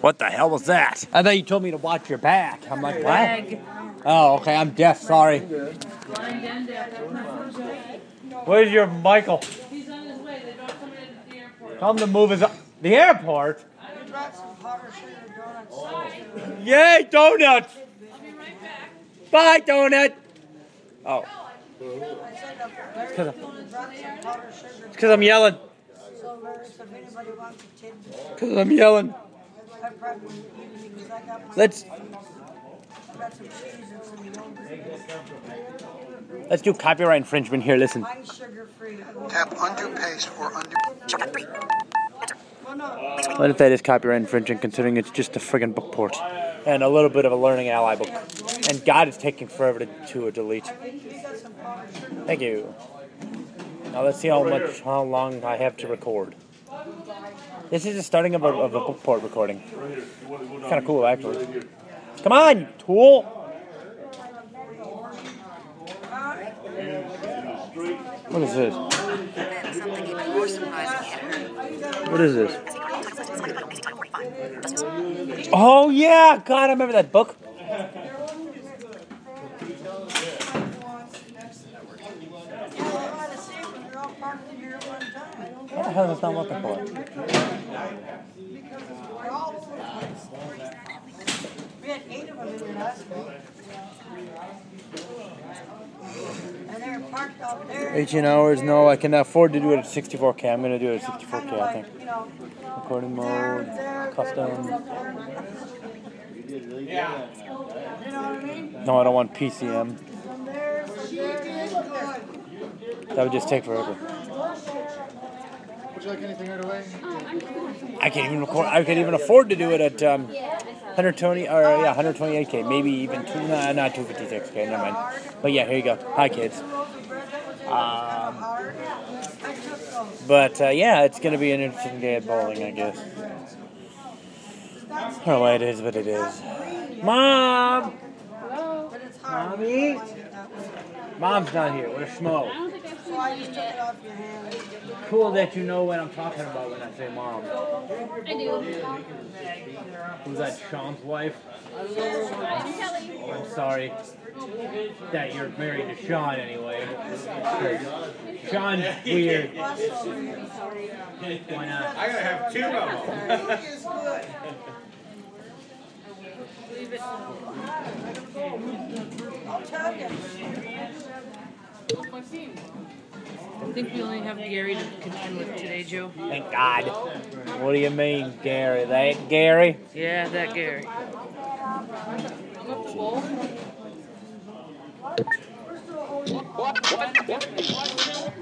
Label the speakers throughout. Speaker 1: What the hell was that?
Speaker 2: I thought you told me to watch your back. I'm like, what? Oh, okay. I'm deaf. Sorry. Where's your Michael?
Speaker 3: He's on his way. They brought somebody in at the airport.
Speaker 2: Tell him to move his. The airport? Yay, donuts!
Speaker 3: I'll be right back.
Speaker 2: Bye, donut! Oh. It's because I'm yelling. Because I'm yelling. Let's let's do copyright infringement here. Listen.
Speaker 4: I'm sugar free.
Speaker 5: Tap undo paste for undo.
Speaker 2: What if that is copyright infringement, considering it's just a friggin' book port and a little bit of a learning ally book? And God is taking forever to, to uh, delete. Thank you. Now let's see how much, how long I have to record. This is the starting of a, of a book port recording. Kind of cool, actually. Come on, you tool! What is this? What is this? Oh yeah, God, I remember that book. What the hell is not looking for?
Speaker 4: We had eight of them in there last week. And they were parked out there.
Speaker 2: 18 hours? No, I can afford to do it at 64k. I'm gonna do it at
Speaker 4: You know, kinda
Speaker 2: 64k, I think.
Speaker 4: like, you know,
Speaker 2: Recording
Speaker 4: there,
Speaker 2: mode,
Speaker 4: there,
Speaker 2: custom.
Speaker 4: there, there. You know what I mean?
Speaker 2: No, I don't want PCM.
Speaker 4: From there, from there, from there.
Speaker 2: That would just take forever.
Speaker 5: Would you like anything right away?
Speaker 2: I can't even record. I can't even afford to do it at um, 120 or yeah, 128k, maybe even two, nah, not 256k. Never mind. But yeah, here you go. Hi, kids.
Speaker 4: Um, I took those.
Speaker 2: But uh, yeah, it's gonna be an interesting day at bowling, I guess. I don't know why it is, but it is. Mom,
Speaker 4: But it's hard.
Speaker 2: Mommy?
Speaker 4: I took
Speaker 2: mom's not here. What a schmo.
Speaker 3: I don't think I've seen you
Speaker 4: it
Speaker 3: yet.
Speaker 4: off your hands.
Speaker 2: Cool that you know what I'm talking about when I say mom.
Speaker 3: I do.
Speaker 2: Who's that? Sean's wife.
Speaker 3: I'm Kelly.
Speaker 2: I'm sorry that you're married to Sean anyway. 'Cause Sean's weird. Why not?
Speaker 6: I gotta have two of them.
Speaker 4: I'll tell you.
Speaker 7: I think we only have Gary to contend with today, Joe.
Speaker 2: Thank God. What do you mean, Gary? That Gary?
Speaker 7: Yeah, that Gary.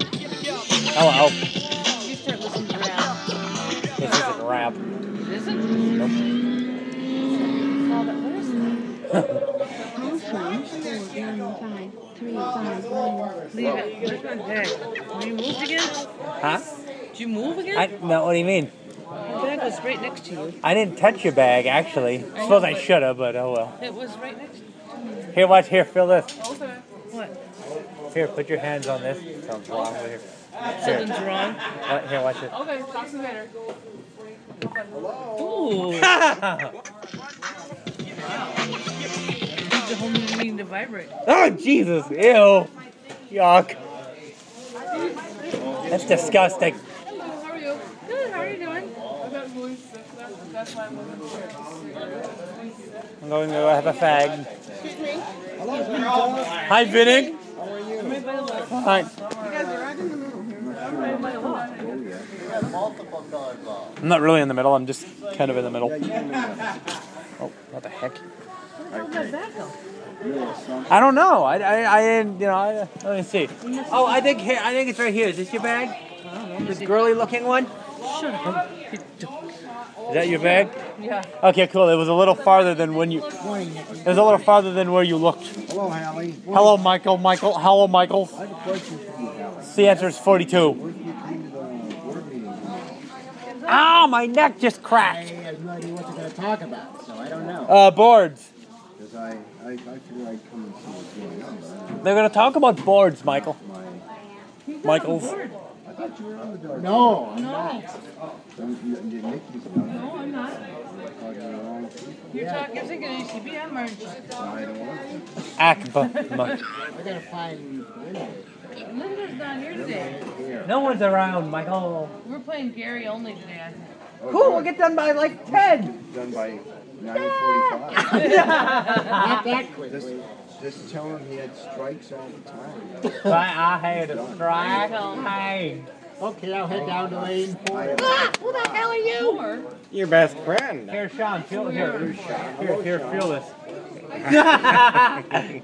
Speaker 2: Hello.
Speaker 7: You start listening to rap.
Speaker 2: Oh, This isn't rap.
Speaker 7: Is it? Nope. Leave it. Where's my bag? You moved again?
Speaker 2: Huh?
Speaker 7: Did you move again?
Speaker 2: I no. What do you mean?
Speaker 7: My bag was right next to you.
Speaker 2: I didn't touch your bag actually. I suppose I should have, but oh well.
Speaker 7: It was right next to you.
Speaker 2: Here, watch. Here, feel this.
Speaker 7: What?
Speaker 2: Here, put your hands on this. Sounds wrong over here. Here,
Speaker 7: Something's wrong.
Speaker 2: wa- here, watch this.
Speaker 3: Okay, talk to you later.
Speaker 7: Ooh. It's
Speaker 2: oh,
Speaker 7: a whole new meaning to vibrate.
Speaker 2: Oh, Jesus! Ew. Yuck. That's disgusting.
Speaker 3: Hello, how are you? Good, how are you doing? I got really sick. That's, that's why I'm living here.
Speaker 2: I'm going to go have a fag. Hi, Vinny. How are you? Hi. I'm not really in the middle. I'm just kind of in the middle. Oh, what the heck? I don't know. I, I, I didn't. You know. I, let me see. Oh, I think here. I think it's right here. Is this your bag? This girly looking one.
Speaker 7: Shut up. You don't-
Speaker 2: Is that your bag?
Speaker 7: Yeah.
Speaker 2: Okay, cool. It was a little farther than when you. It was a little farther than where you looked.
Speaker 6: Hello, Hallie.
Speaker 2: Hello, Michael. Michael. Hello, Michael.
Speaker 6: I have a question for you, Hallie.
Speaker 2: The answer is 42.
Speaker 6: Where did you come to the board meeting?
Speaker 2: Ah, my neck just
Speaker 6: I
Speaker 2: cracked.
Speaker 6: have no idea what they're gonna talk about, so I don't know.
Speaker 2: Uh, boards.
Speaker 6: Because I, I, I figured I'd come and see what's going on, but I don't know
Speaker 2: They're gonna talk about boards, Michael.
Speaker 6: why.
Speaker 2: Michael's.
Speaker 6: I thought you were on the door. No, I'm not. Some, you, you, Nikki's not. No, I'm not.
Speaker 7: You're talking, you're thinking of UCB, I'm Orange.
Speaker 6: I don't want to.
Speaker 2: Akbar.
Speaker 6: I gotta find Linda
Speaker 7: Linda's not here today.
Speaker 6: here.
Speaker 8: No one's around, Michael.
Speaker 7: We're playing Gary only today, I think.
Speaker 8: Cool, we'll get done by like 10.
Speaker 6: Done by nine forty-five.
Speaker 8: Not that quick.
Speaker 6: Just, just tell him he had strikes all the time.
Speaker 8: But I had a strike. Hey.
Speaker 1: Okay, I'll head down to lane
Speaker 6: I
Speaker 1: four.
Speaker 6: have-
Speaker 7: Who the hell are you? Or,
Speaker 1: Your best friend.
Speaker 8: Here, Sean, feel here. Here, here, feel this.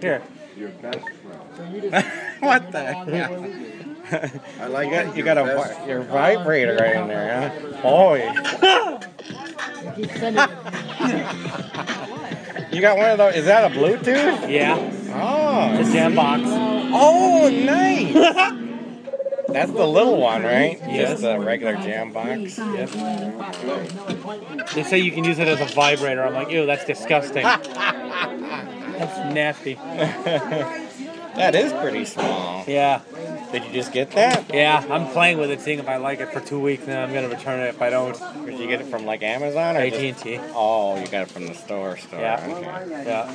Speaker 8: here.
Speaker 6: Your best friend.
Speaker 1: what the heck?
Speaker 6: I like
Speaker 1: You got,
Speaker 6: it.
Speaker 1: you got a vi- your vibrator right in there, huh? Boy. you got one of those. Is that a Bluetooth?
Speaker 2: Yeah, the
Speaker 1: Oh.
Speaker 2: jam box.
Speaker 1: Oh, nice. That's the little one, right? Just the regular jam box.
Speaker 2: They say you can use it as a vibrator. I'm like, ew, that's disgusting. that's nasty.
Speaker 1: That is pretty small.
Speaker 2: Yeah,
Speaker 1: Did you just get that?
Speaker 2: yeah. I'm playing with it, seeing if I like it for two weeks, and then I'm gonna return it if I don't.
Speaker 1: Or Did you get it from like Amazon or just-
Speaker 2: AT&T.
Speaker 1: Oh, you got it from the store. Store.
Speaker 2: Yeah.
Speaker 1: Okay.
Speaker 2: Yeah,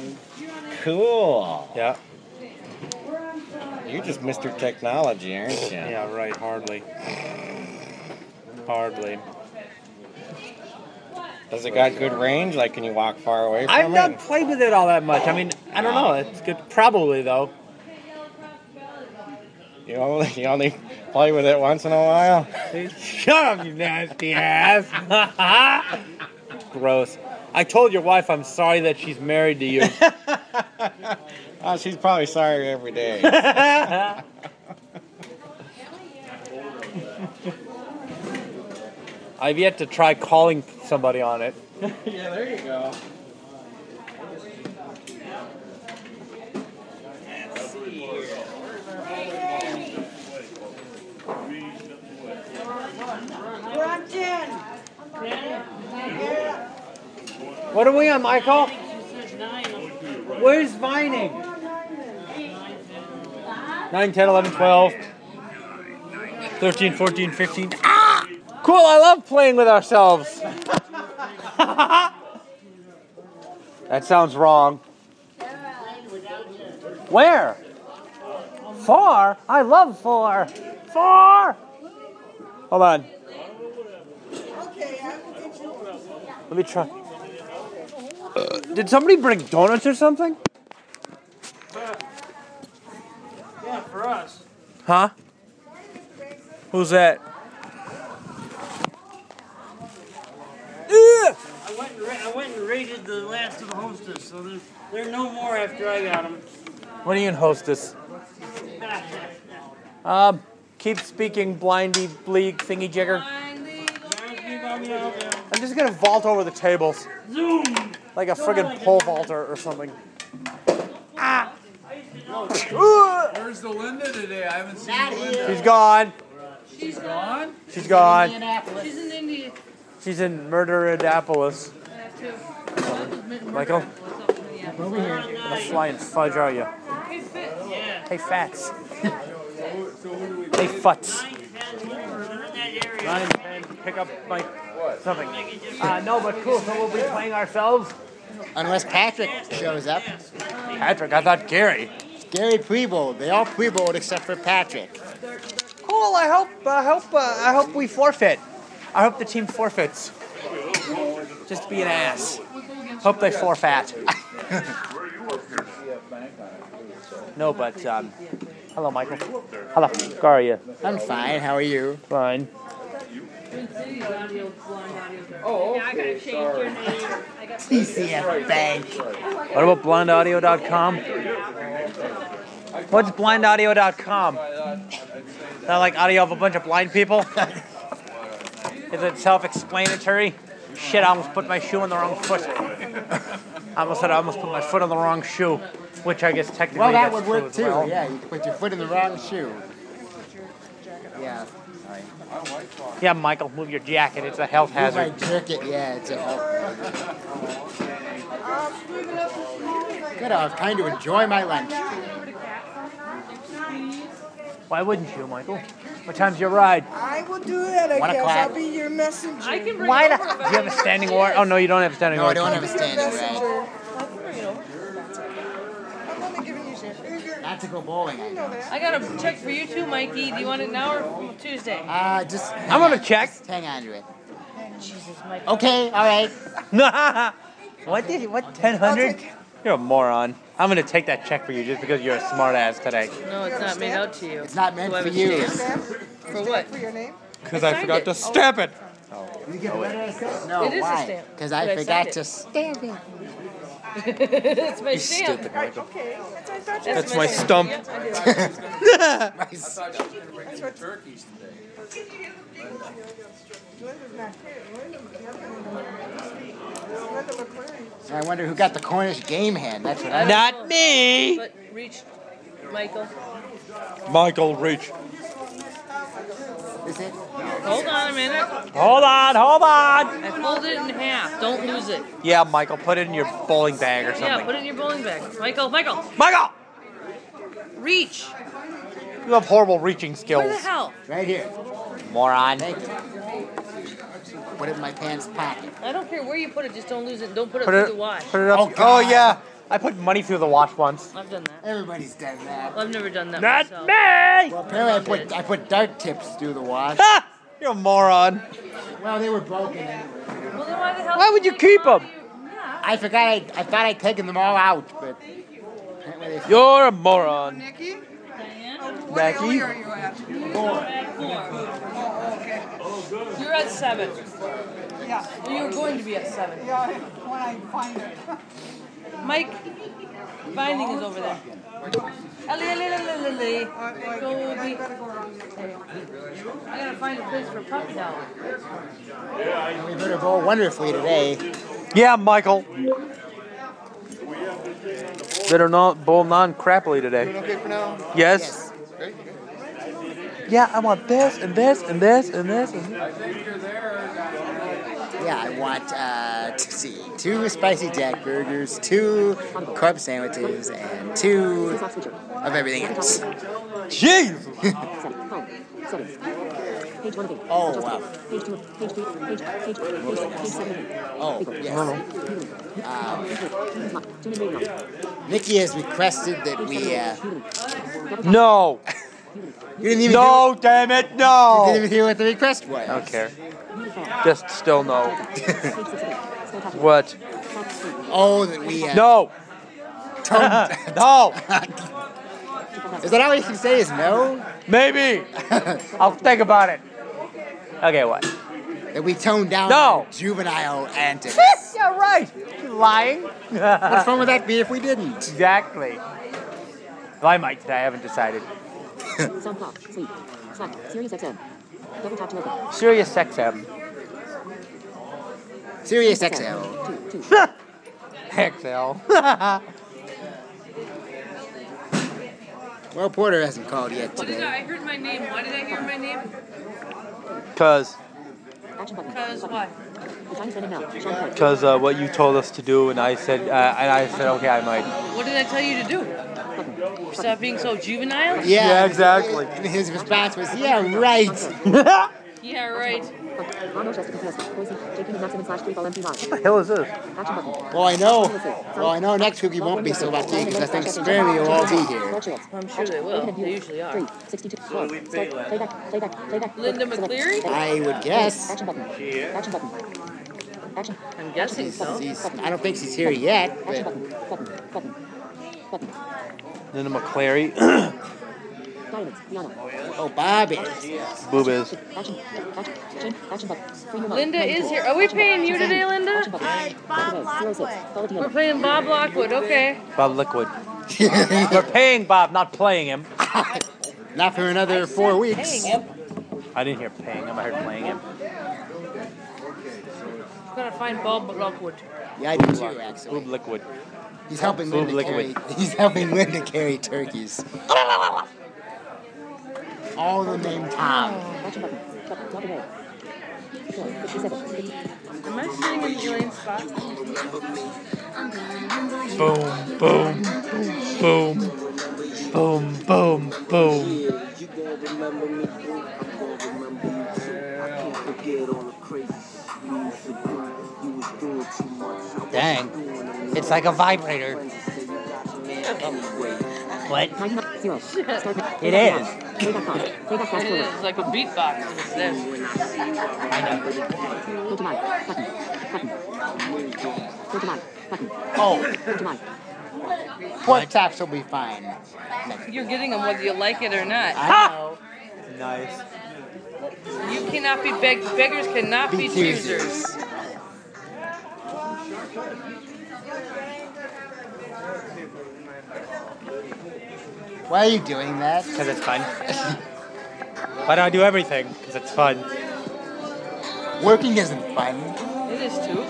Speaker 1: Cool.
Speaker 2: yeah,
Speaker 1: You're just Mr. Technology, aren't you?
Speaker 2: yeah. Right, hardly. Hardly.
Speaker 1: Does it got good range? Like, can you walk far away from
Speaker 2: I've
Speaker 1: it?
Speaker 2: not played with it all that much. I mean, I don't know. It's good. Probably though.
Speaker 1: You only, you only play with it once in a while.
Speaker 2: Shut up, you nasty ass. Gross. I told your wife I'm sorry that she's married to you.
Speaker 1: Oh, she's probably sorry every day.
Speaker 2: I've yet to try calling somebody on it.
Speaker 1: yeah, there you go.
Speaker 4: We're on ten. Yeah.
Speaker 2: What are we on, Michael? Where's Vining? 9, 10, 11, 12, 13, 14, 15. Ah! Cool, I love playing with ourselves. that sounds wrong. Where? Four? I love four. Four! Hold on.
Speaker 4: Okay, I will get you one.
Speaker 2: Let me try. Uh, Did somebody bring donuts or something?
Speaker 9: Yeah, for us.
Speaker 2: Huh? Who's that? Ugh!
Speaker 9: I went and ra- I went and raided the last of the hostess, so there, there are no more after I got them.
Speaker 2: What are you in hostess? Um, keep speaking, blindy, bleak, thingy jigger. I'm just gonna vault over the tables
Speaker 9: Zoom!
Speaker 2: like a friggin' pole vaulter or something. Ah! Ugh!
Speaker 10: Where's the Linda today? I haven't seen the Linda.
Speaker 2: She's gone.
Speaker 7: she's gone.
Speaker 2: She's gone.
Speaker 7: She's in India.
Speaker 2: She's in Murderadapolis.
Speaker 7: uh, too. That was mid-
Speaker 2: Michael?
Speaker 7: Yeah.
Speaker 2: What flying fudge are you?
Speaker 7: Hey, Fitz.
Speaker 2: Hey, Fats. hey, Futs.
Speaker 9: Nine, ten, whatever, they're in that area.
Speaker 2: Nine, ten, pick up my something. Uh, no, but cool. So we'll be playing ourselves.
Speaker 1: Unless Patrick shows up.
Speaker 2: Patrick, I thought Gary.
Speaker 1: Gary Prebold. They all Prebold except for Patrick.
Speaker 2: Cool. I hope. I hope. Uh, I hope we forfeit. I hope the team forfeits. Just to be an ass. Hope they forfeit. no, but um, hello, Michael. Hello, how are you?
Speaker 1: I'm fine. How are you?
Speaker 2: Fine.
Speaker 7: Oh, I gotta change your name. I got
Speaker 1: TCF Bank.
Speaker 2: What about blindaudio.com? What's blindaudio.com? Is that like audio of a bunch of blind people? Is it self explanatory? Shit, I almost put my shoe on the wrong foot. I almost said I almost put my foot on the wrong shoe, which I guess technically
Speaker 1: Well, that
Speaker 2: that's
Speaker 1: would
Speaker 2: true
Speaker 1: work
Speaker 2: as
Speaker 1: too.
Speaker 2: well.
Speaker 1: Yeah, you put your foot in the wrong shoe. Yeah. Sorry.
Speaker 2: Yeah, Michael, move your jacket. It's a health
Speaker 1: If I
Speaker 2: hazard.
Speaker 1: jerk it, yeah, it's a
Speaker 4: Um, move it up a small bit.
Speaker 1: good. I was trying to enjoy my lunch.
Speaker 2: Why wouldn't you, Michael? What time's your ride?
Speaker 4: I will do that, I
Speaker 6: One
Speaker 4: guess.
Speaker 6: o'clock.
Speaker 4: I'll be your messenger.
Speaker 7: I can bring
Speaker 2: Why
Speaker 7: it
Speaker 2: the?
Speaker 7: over. if
Speaker 2: Do
Speaker 7: I
Speaker 2: you have a
Speaker 7: want.
Speaker 2: standing warrant? Oh no, you don't have a standing
Speaker 6: No, I
Speaker 2: warrant.
Speaker 6: don't have
Speaker 4: I'll
Speaker 6: a
Speaker 4: be your
Speaker 6: standing ride.
Speaker 4: messenger.
Speaker 7: I can bring it over.
Speaker 4: I'm only giving you your finger.
Speaker 6: Not to go bowling. I
Speaker 4: You
Speaker 6: know.
Speaker 4: know that.
Speaker 7: I got a check for you too, Mikey. Do you want it now or Tuesday?
Speaker 6: Uh, just.
Speaker 2: I'm gonna check.
Speaker 6: Just hang on to it.
Speaker 7: Jesus, Mikey.
Speaker 6: Okay, all right.
Speaker 2: what did you? What? Ten hundred?
Speaker 4: take it.
Speaker 2: You're a moron. I'm gonna take that check for you just because you're a smart ass today.
Speaker 3: No, it's not made out to you.
Speaker 6: It's not meant
Speaker 3: Do I have
Speaker 6: for
Speaker 3: a
Speaker 6: you.
Speaker 3: stamp?
Speaker 4: Sam,
Speaker 3: For what?
Speaker 4: for your name?
Speaker 2: Because
Speaker 7: I forgot to stamp
Speaker 2: it.
Speaker 6: No,
Speaker 7: It is a
Speaker 6: why?
Speaker 7: stamp.
Speaker 6: Because
Speaker 7: But I
Speaker 6: I forgot
Speaker 7: signed
Speaker 6: to
Speaker 7: it.
Speaker 6: stamp it.
Speaker 7: it's my
Speaker 6: You
Speaker 7: stamp.
Speaker 6: stupid
Speaker 4: Right,
Speaker 6: Michael.
Speaker 4: okay. That's what I thought you
Speaker 7: That's
Speaker 4: were
Speaker 7: my
Speaker 4: saying.
Speaker 7: stump. Yeah, I do.
Speaker 11: thought you were going to bring some turkeys today.
Speaker 4: Linda's not here. Linda's the other one. Linda McQuarrie.
Speaker 6: So I wonder who got the Cornish game hen. That's what I.
Speaker 2: Not me.
Speaker 7: but reach, Michael.
Speaker 2: Michael Reach.
Speaker 6: Is it?
Speaker 7: Hold on a minute.
Speaker 2: Hold on, hold on.
Speaker 7: I folded it in half. Don't lose it.
Speaker 2: Yeah, Michael, put it in your bowling bag or
Speaker 7: Yeah,
Speaker 2: something.
Speaker 7: put it in your bowling bag. Michael, Michael,
Speaker 2: Michael,
Speaker 7: reach.
Speaker 2: you have horrible reaching
Speaker 7: What the
Speaker 2: skills,
Speaker 7: hell?
Speaker 6: Right here.
Speaker 2: moron.
Speaker 6: Thank you. Put it in my pants pocket.
Speaker 7: I don't care where you put it, just don't lose it. Don't put it
Speaker 2: Put
Speaker 7: through the
Speaker 2: it,
Speaker 7: wash.
Speaker 2: put it up.
Speaker 6: Oh,
Speaker 2: oh
Speaker 6: God.
Speaker 2: yeah, I put money through the wash once.
Speaker 7: I've done that.
Speaker 6: Everybody's done that.
Speaker 7: Well, I've never done that
Speaker 2: Not
Speaker 7: myself.
Speaker 2: me.
Speaker 6: Well, apparently I put I put dart tips through the wash.
Speaker 2: Ah, you're a moron.
Speaker 6: Well, they were broken. anyway.
Speaker 7: Well, then why the hell?
Speaker 2: Why
Speaker 7: did
Speaker 2: would you
Speaker 7: take
Speaker 2: keep
Speaker 7: out
Speaker 2: 'em?
Speaker 7: your- Yeah.
Speaker 6: I forgot. I, I thought I'd taken them all out, but apparently they
Speaker 2: You're a moron.
Speaker 4: Nikki?
Speaker 7: Diane,
Speaker 4: What
Speaker 2: Becky?
Speaker 4: alley are you at? Oh, okay.
Speaker 7: You're at seven.
Speaker 4: Yeah.
Speaker 7: You were going to be at seven.
Speaker 4: Yeah, when I find it.
Speaker 7: Mike, binding is over there. Ali, ali, ali, ali, ali. Go,
Speaker 4: I
Speaker 7: Ali.
Speaker 4: better go around the other way.
Speaker 7: I gotta find a place for puppy now.
Speaker 6: we better bowl wonderfully today.
Speaker 2: Yeah, Michael. Better not bowl non crappily today.
Speaker 5: okay for now?
Speaker 2: Yes.
Speaker 5: Great. good.
Speaker 2: Yeah, I want this and this and this and this. And this.
Speaker 6: Yeah, I want uh, to see two spicy jack burgers, two club sandwiches, and two of everything else.
Speaker 2: Jesus.
Speaker 6: Oh wow. What was that? Oh yes. Um, Nikki has requested that we. Uh,
Speaker 2: No.
Speaker 6: you didn't even.
Speaker 2: No, damn it,
Speaker 6: Hear, you didn't
Speaker 2: no.
Speaker 6: even hear what the request was.
Speaker 2: I don't care. Just still no. what?
Speaker 6: Oh, that we. Uh,
Speaker 2: No.
Speaker 6: Don't.
Speaker 2: no.
Speaker 6: is that all you can say? Is no?
Speaker 2: Maybe. I'll think about it. Okay, what?
Speaker 6: That we toned down
Speaker 2: No.
Speaker 6: our juvenile antics.
Speaker 2: yeah, right. You lying.
Speaker 6: what fun would that be if we didn't?
Speaker 2: Exactly. Well, I might today. I haven't decided. Sirius XM.
Speaker 6: Serious XL.
Speaker 2: XL.
Speaker 6: Well, Porter hasn't called yet
Speaker 7: What did
Speaker 6: today.
Speaker 7: I, I heard my name. Why did I hear my name?
Speaker 2: Cause,
Speaker 7: Because why?
Speaker 2: cause uh, what you told us to do, and I said, uh, and I said, okay, I might.
Speaker 7: What did I tell you to do? Stop being so juvenile?
Speaker 6: Yeah,
Speaker 2: Yeah, exactly.
Speaker 6: And his response was, "Yeah, right."
Speaker 7: Yeah, right.
Speaker 2: the hell is this?
Speaker 6: Well, I know. Oh. Well, I know next week we won't be so lucky because I think Spermy will all be here.
Speaker 7: I'm sure they will. They usually are. Linda McCleary?
Speaker 6: I would guess.
Speaker 7: I'm guessing so.
Speaker 6: She's, I don't think she's here yet, but
Speaker 2: Linda McClary.
Speaker 6: oh, Bob is. Yes.
Speaker 2: Boob is.
Speaker 7: Linda is here. Are we paying you today, Linda? We're playing Bob Lockwood. Okay.
Speaker 2: Bob Liquid. We're paying Bob, not playing him.
Speaker 6: Not for another four weeks.
Speaker 7: Paying him.
Speaker 2: I didn't hear paying him. I heard playing him.
Speaker 7: I'm gonna find Bob Lockwood.
Speaker 6: Yeah, I do too, actually.
Speaker 2: Boob Liquid.
Speaker 6: He's helping
Speaker 2: Boob
Speaker 6: Linda carry.
Speaker 2: liquid.
Speaker 6: He's helping Linda carry turkeys. All the name Tom.
Speaker 7: Am I sitting in Elaine's spot?
Speaker 2: Boom, boom, boom, boom, boom, boom.
Speaker 12: remember me, boo. I'm gonna remember you too. I can't forget all the crazy shit you used to do. You was doing too much. I wasn't doing
Speaker 6: Dang.
Speaker 12: enough.
Speaker 6: It's like a vibrator. What? It is.
Speaker 7: It is like a beatbox. It's this.
Speaker 6: Oh. Pork chops will be fine.
Speaker 7: You're getting them whether you like it or not.
Speaker 6: I know. Nice.
Speaker 7: You cannot be beg- beggars cannot be,
Speaker 6: Be
Speaker 7: choosers.
Speaker 6: choosers. Why are you doing that?
Speaker 2: Because it's fun. Why do I do everything? Because it's fun.
Speaker 6: Working isn't fun.
Speaker 7: It is too.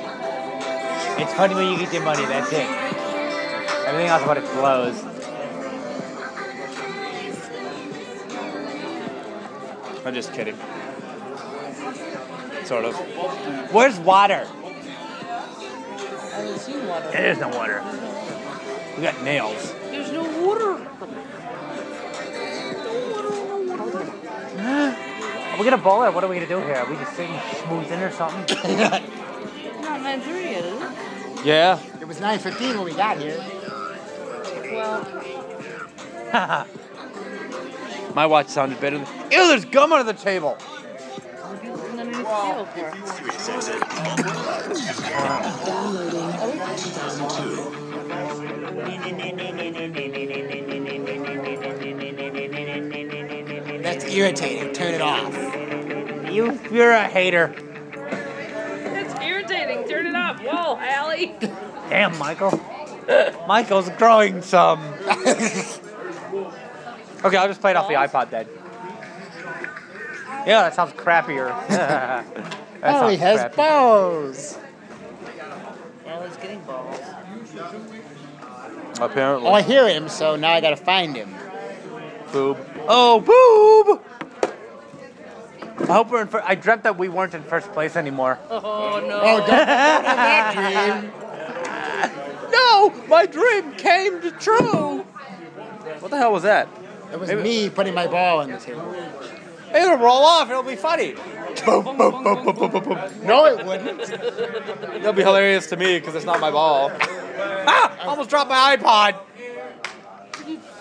Speaker 2: It's fun when you get your money, that's it. Everything else but it blows. I'm just kidding. Sort of. Where's water?
Speaker 7: I don't see water.
Speaker 2: There is no water. We got nails.
Speaker 7: There's no water.
Speaker 2: Are we gonna bowl or what are we gonna do here? Are we just sitting schmoozing or something?
Speaker 7: Not 9:30 yet, is it?
Speaker 2: yeah.
Speaker 6: It was 9.15 when we got here.
Speaker 7: Well,
Speaker 2: My watch sounded better. Than- Ew, there's gum under the table.
Speaker 7: and then I feel for it.
Speaker 6: That's irritating. Turn it off.
Speaker 2: You, you're a hater.
Speaker 7: It's irritating. Turn it off. Whoa, Allie.
Speaker 2: Damn, Michael. Michael's growing some. okay, I'll just play it off the iPod then. Yeah, that sounds crappier. that
Speaker 6: oh, he
Speaker 2: sounds
Speaker 6: has
Speaker 2: crappy.
Speaker 6: balls.
Speaker 7: Allie's getting balls.
Speaker 2: Apparently.
Speaker 6: Oh, I hear him, so now I gotta find him.
Speaker 2: Boob. Oh, boob! I hope we're in fir- I dreamt that we weren't in first place anymore.
Speaker 7: Oh no.
Speaker 6: Oh, don't, don't have that dream.
Speaker 2: No! My dream came to true! What the hell was that?
Speaker 6: It was me putting my ball on the table.
Speaker 2: It'll roll off, it'll be funny. Boom, boom, boom, boom, boom, boom, boom.
Speaker 6: No, it wouldn't.
Speaker 2: That'll be hilarious to me because it's not my ball. ah! Almost dropped my iPod.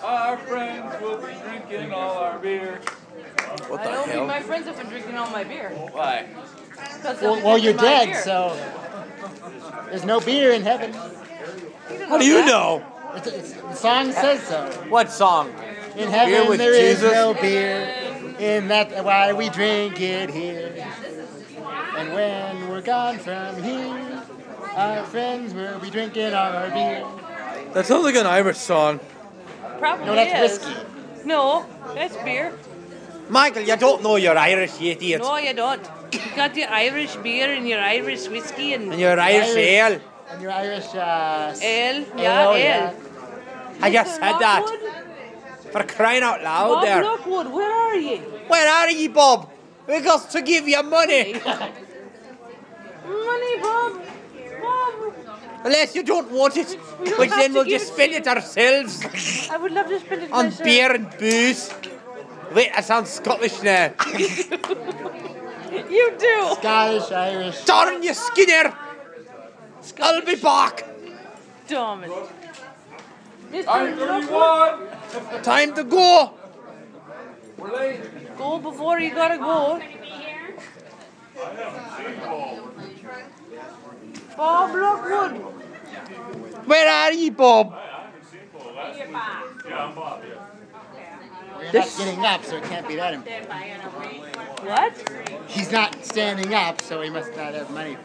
Speaker 11: Our friends will be drinking all our beer.
Speaker 2: What
Speaker 7: I don't think my friends have been drinking all my beer.
Speaker 11: Why?
Speaker 7: 'Cause they'll
Speaker 6: Well,
Speaker 7: be
Speaker 6: well, you're
Speaker 7: drinking my
Speaker 6: dead,
Speaker 7: beer.
Speaker 6: so there's no beer in heaven.
Speaker 2: How do you know?
Speaker 6: It's, it's, the song says so.
Speaker 2: What song?
Speaker 6: In
Speaker 2: Beer
Speaker 6: heaven
Speaker 2: with
Speaker 6: there is
Speaker 2: Jesus?
Speaker 6: no beer, and that's why we drink it here. And when we're gone from here, our friends will be drinking our beer.
Speaker 2: That sounds like an Irish song.
Speaker 7: Probably
Speaker 6: No, that's
Speaker 7: is.
Speaker 6: whiskey.
Speaker 7: No, that's beer.
Speaker 2: Michael, you don't know you're Irish, you idiot.
Speaker 7: No, you don't. You got your Irish beer and your Irish whiskey and
Speaker 2: And you're Irish,
Speaker 6: Irish.
Speaker 2: ale.
Speaker 6: And your Irish, uh, s-
Speaker 7: ale.
Speaker 6: ale,
Speaker 7: Yeah, ale.
Speaker 2: Oh, I just
Speaker 7: Mr.
Speaker 2: said that.
Speaker 7: Lockwood?
Speaker 2: For crying out loud
Speaker 7: Bob
Speaker 2: there.
Speaker 7: Lockwood, where are you?
Speaker 2: Where are you, Bob? We got to give you money.
Speaker 7: Money, Bob. Bob,
Speaker 2: Unless you don't want it,
Speaker 7: We don't
Speaker 2: which
Speaker 7: have
Speaker 2: then
Speaker 7: to
Speaker 2: we'll
Speaker 7: give
Speaker 2: just
Speaker 7: it
Speaker 2: spend it ourselves
Speaker 7: I would love to spend it
Speaker 2: on
Speaker 7: myself.
Speaker 2: beer and booze. Wait, I sound Scottish now.
Speaker 7: You do.
Speaker 6: Scottish, Irish.
Speaker 2: Darn you, Skinner! I'll be back!
Speaker 7: Damn it.
Speaker 11: I'm
Speaker 7: Mr. Lockwood,
Speaker 11: 31.
Speaker 2: Time to go!
Speaker 11: We're late.
Speaker 7: go before you gotta go. Bob Lockwood.
Speaker 2: Where are you, Bob?
Speaker 6: You're not getting up, so it can't be that important.
Speaker 7: What?
Speaker 6: He's not standing up, so he must not have money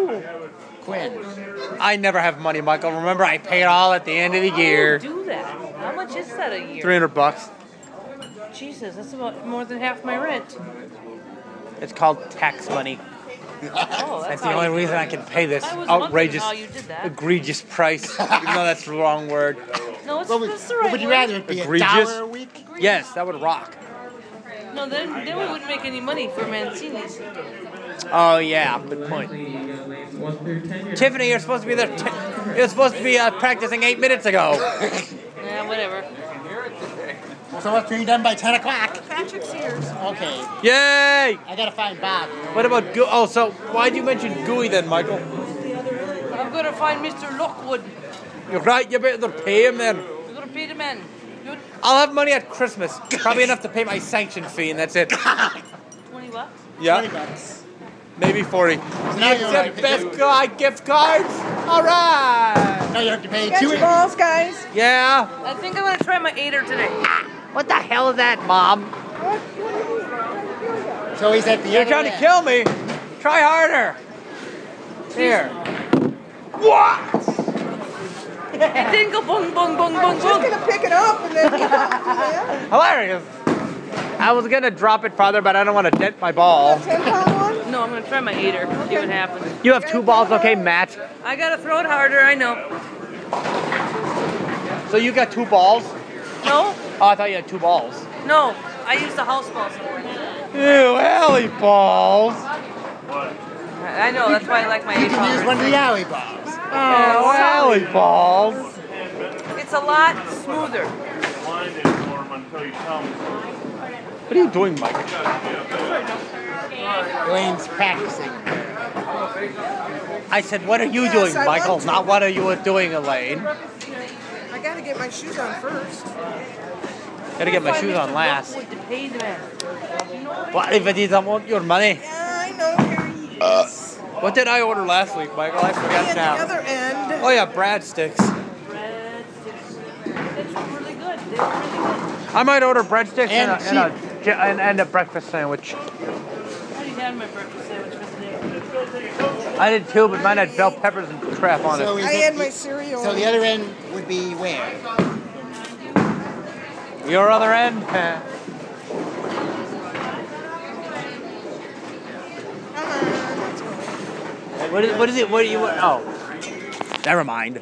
Speaker 6: for it. Quinn.
Speaker 2: I never have money, Michael. Remember, I pay it all at the end of the year.
Speaker 7: How do you do that? How much is that a year?
Speaker 2: 300 bucks.
Speaker 7: Jesus, that's about more than half my rent.
Speaker 2: It's called tax money.
Speaker 7: Oh, that's,
Speaker 2: That's the
Speaker 7: how
Speaker 2: only
Speaker 7: you-
Speaker 2: reason I can pay this
Speaker 7: I was
Speaker 2: outrageous,
Speaker 7: wondering how you did that.
Speaker 2: egregious price. Even though that's the wrong word.
Speaker 7: No, it's
Speaker 6: What would,
Speaker 7: that's the
Speaker 6: what
Speaker 7: right
Speaker 6: would you
Speaker 7: word.
Speaker 6: rather it be a
Speaker 2: Egregious.
Speaker 6: dollar a week?
Speaker 2: Yes, that would rock.
Speaker 7: No, then, then we wouldn't make any money for Mancini's.
Speaker 2: Oh yeah, good point. Tiffany, you're supposed to be there. T- you're supposed to be uh, practicing eight minutes ago.
Speaker 7: Yeah, whatever.
Speaker 6: So it's being done by 10 o'clock.
Speaker 4: Patrick's here.
Speaker 6: Okay.
Speaker 2: Yay!
Speaker 6: I gotta find Bob.
Speaker 2: What about Goo? Oh, so why'd you mention Gooey then, Michael?
Speaker 7: I'm gonna find Mr. Lockwood.
Speaker 2: You're right, you better pay him then.
Speaker 7: I'm gonna pay the man. Good.
Speaker 2: I'll have money at Christmas. Probably enough to pay my sanction fee, and that's it.
Speaker 7: 20 bucks?
Speaker 2: Yeah.
Speaker 6: 20 bucks.
Speaker 2: Maybe 40.
Speaker 6: Now
Speaker 2: You
Speaker 6: you're
Speaker 2: accept
Speaker 6: right.
Speaker 2: Best Guy gift cards? Alright!
Speaker 6: Now you have to pay
Speaker 7: Catch
Speaker 6: two
Speaker 7: balls,
Speaker 4: guys.
Speaker 2: Yeah.
Speaker 7: I think I'm gonna try my Aider today.
Speaker 2: What the hell is that, Mom?
Speaker 6: So he's at the
Speaker 2: You're
Speaker 6: other
Speaker 2: trying to
Speaker 6: end.
Speaker 2: kill me. Try harder. Here. What?
Speaker 7: it didn't go boom, boom, boom, boom,
Speaker 4: Just
Speaker 7: boom.
Speaker 4: gonna pick it up and then. You know,
Speaker 2: Hilarious. I was gonna drop it farther, but I don't want to dent my ball.
Speaker 7: No, I'm gonna try my Aider. See what happens.
Speaker 2: You have two balls, okay, Matt?
Speaker 7: I gotta throw it harder, I know.
Speaker 2: So you got two balls?
Speaker 7: No,
Speaker 2: Oh, I thought you had two balls.
Speaker 7: no. I used the house ball somewhere.
Speaker 2: Ew, alley balls.
Speaker 7: I I know, that's why I like my Aider.
Speaker 6: You can use one of the alley balls.
Speaker 2: Oh,
Speaker 7: Yeah,
Speaker 2: alley balls.
Speaker 7: It's a lot smoother.
Speaker 2: What are you doing, Mike?
Speaker 6: Elaine's practicing.
Speaker 2: I said, what are you
Speaker 4: Yes,
Speaker 2: doing,
Speaker 4: I
Speaker 2: Michael?
Speaker 4: want to.
Speaker 2: Not what are you doing, Elaine?
Speaker 4: I gotta get my shoes on first.
Speaker 2: Gotta get my shoes on last.
Speaker 7: Lockwood to pay the man.
Speaker 2: What if I didn't want your money?
Speaker 4: I know where he is.
Speaker 2: What did I order last week, Michael? I forgot
Speaker 4: and the
Speaker 2: now.
Speaker 4: other end.
Speaker 2: Oh yeah, Brad sticks.
Speaker 7: That's really good. They were really good.
Speaker 2: I might order breadsticks
Speaker 6: And
Speaker 2: and, and, a, and, a, and, and a breakfast sandwich.
Speaker 7: I already had my breakfast sandwich for today.
Speaker 2: I did too, but mine had bell peppers and crap on
Speaker 6: So
Speaker 2: it.
Speaker 6: he's
Speaker 4: I
Speaker 6: at
Speaker 4: had
Speaker 6: the-
Speaker 4: my cereal.
Speaker 6: So the other end would be where?
Speaker 2: Your other end? Eh.
Speaker 4: Uh-huh. Uh-huh.
Speaker 2: what is what is it? What do you want? Oh, never mind.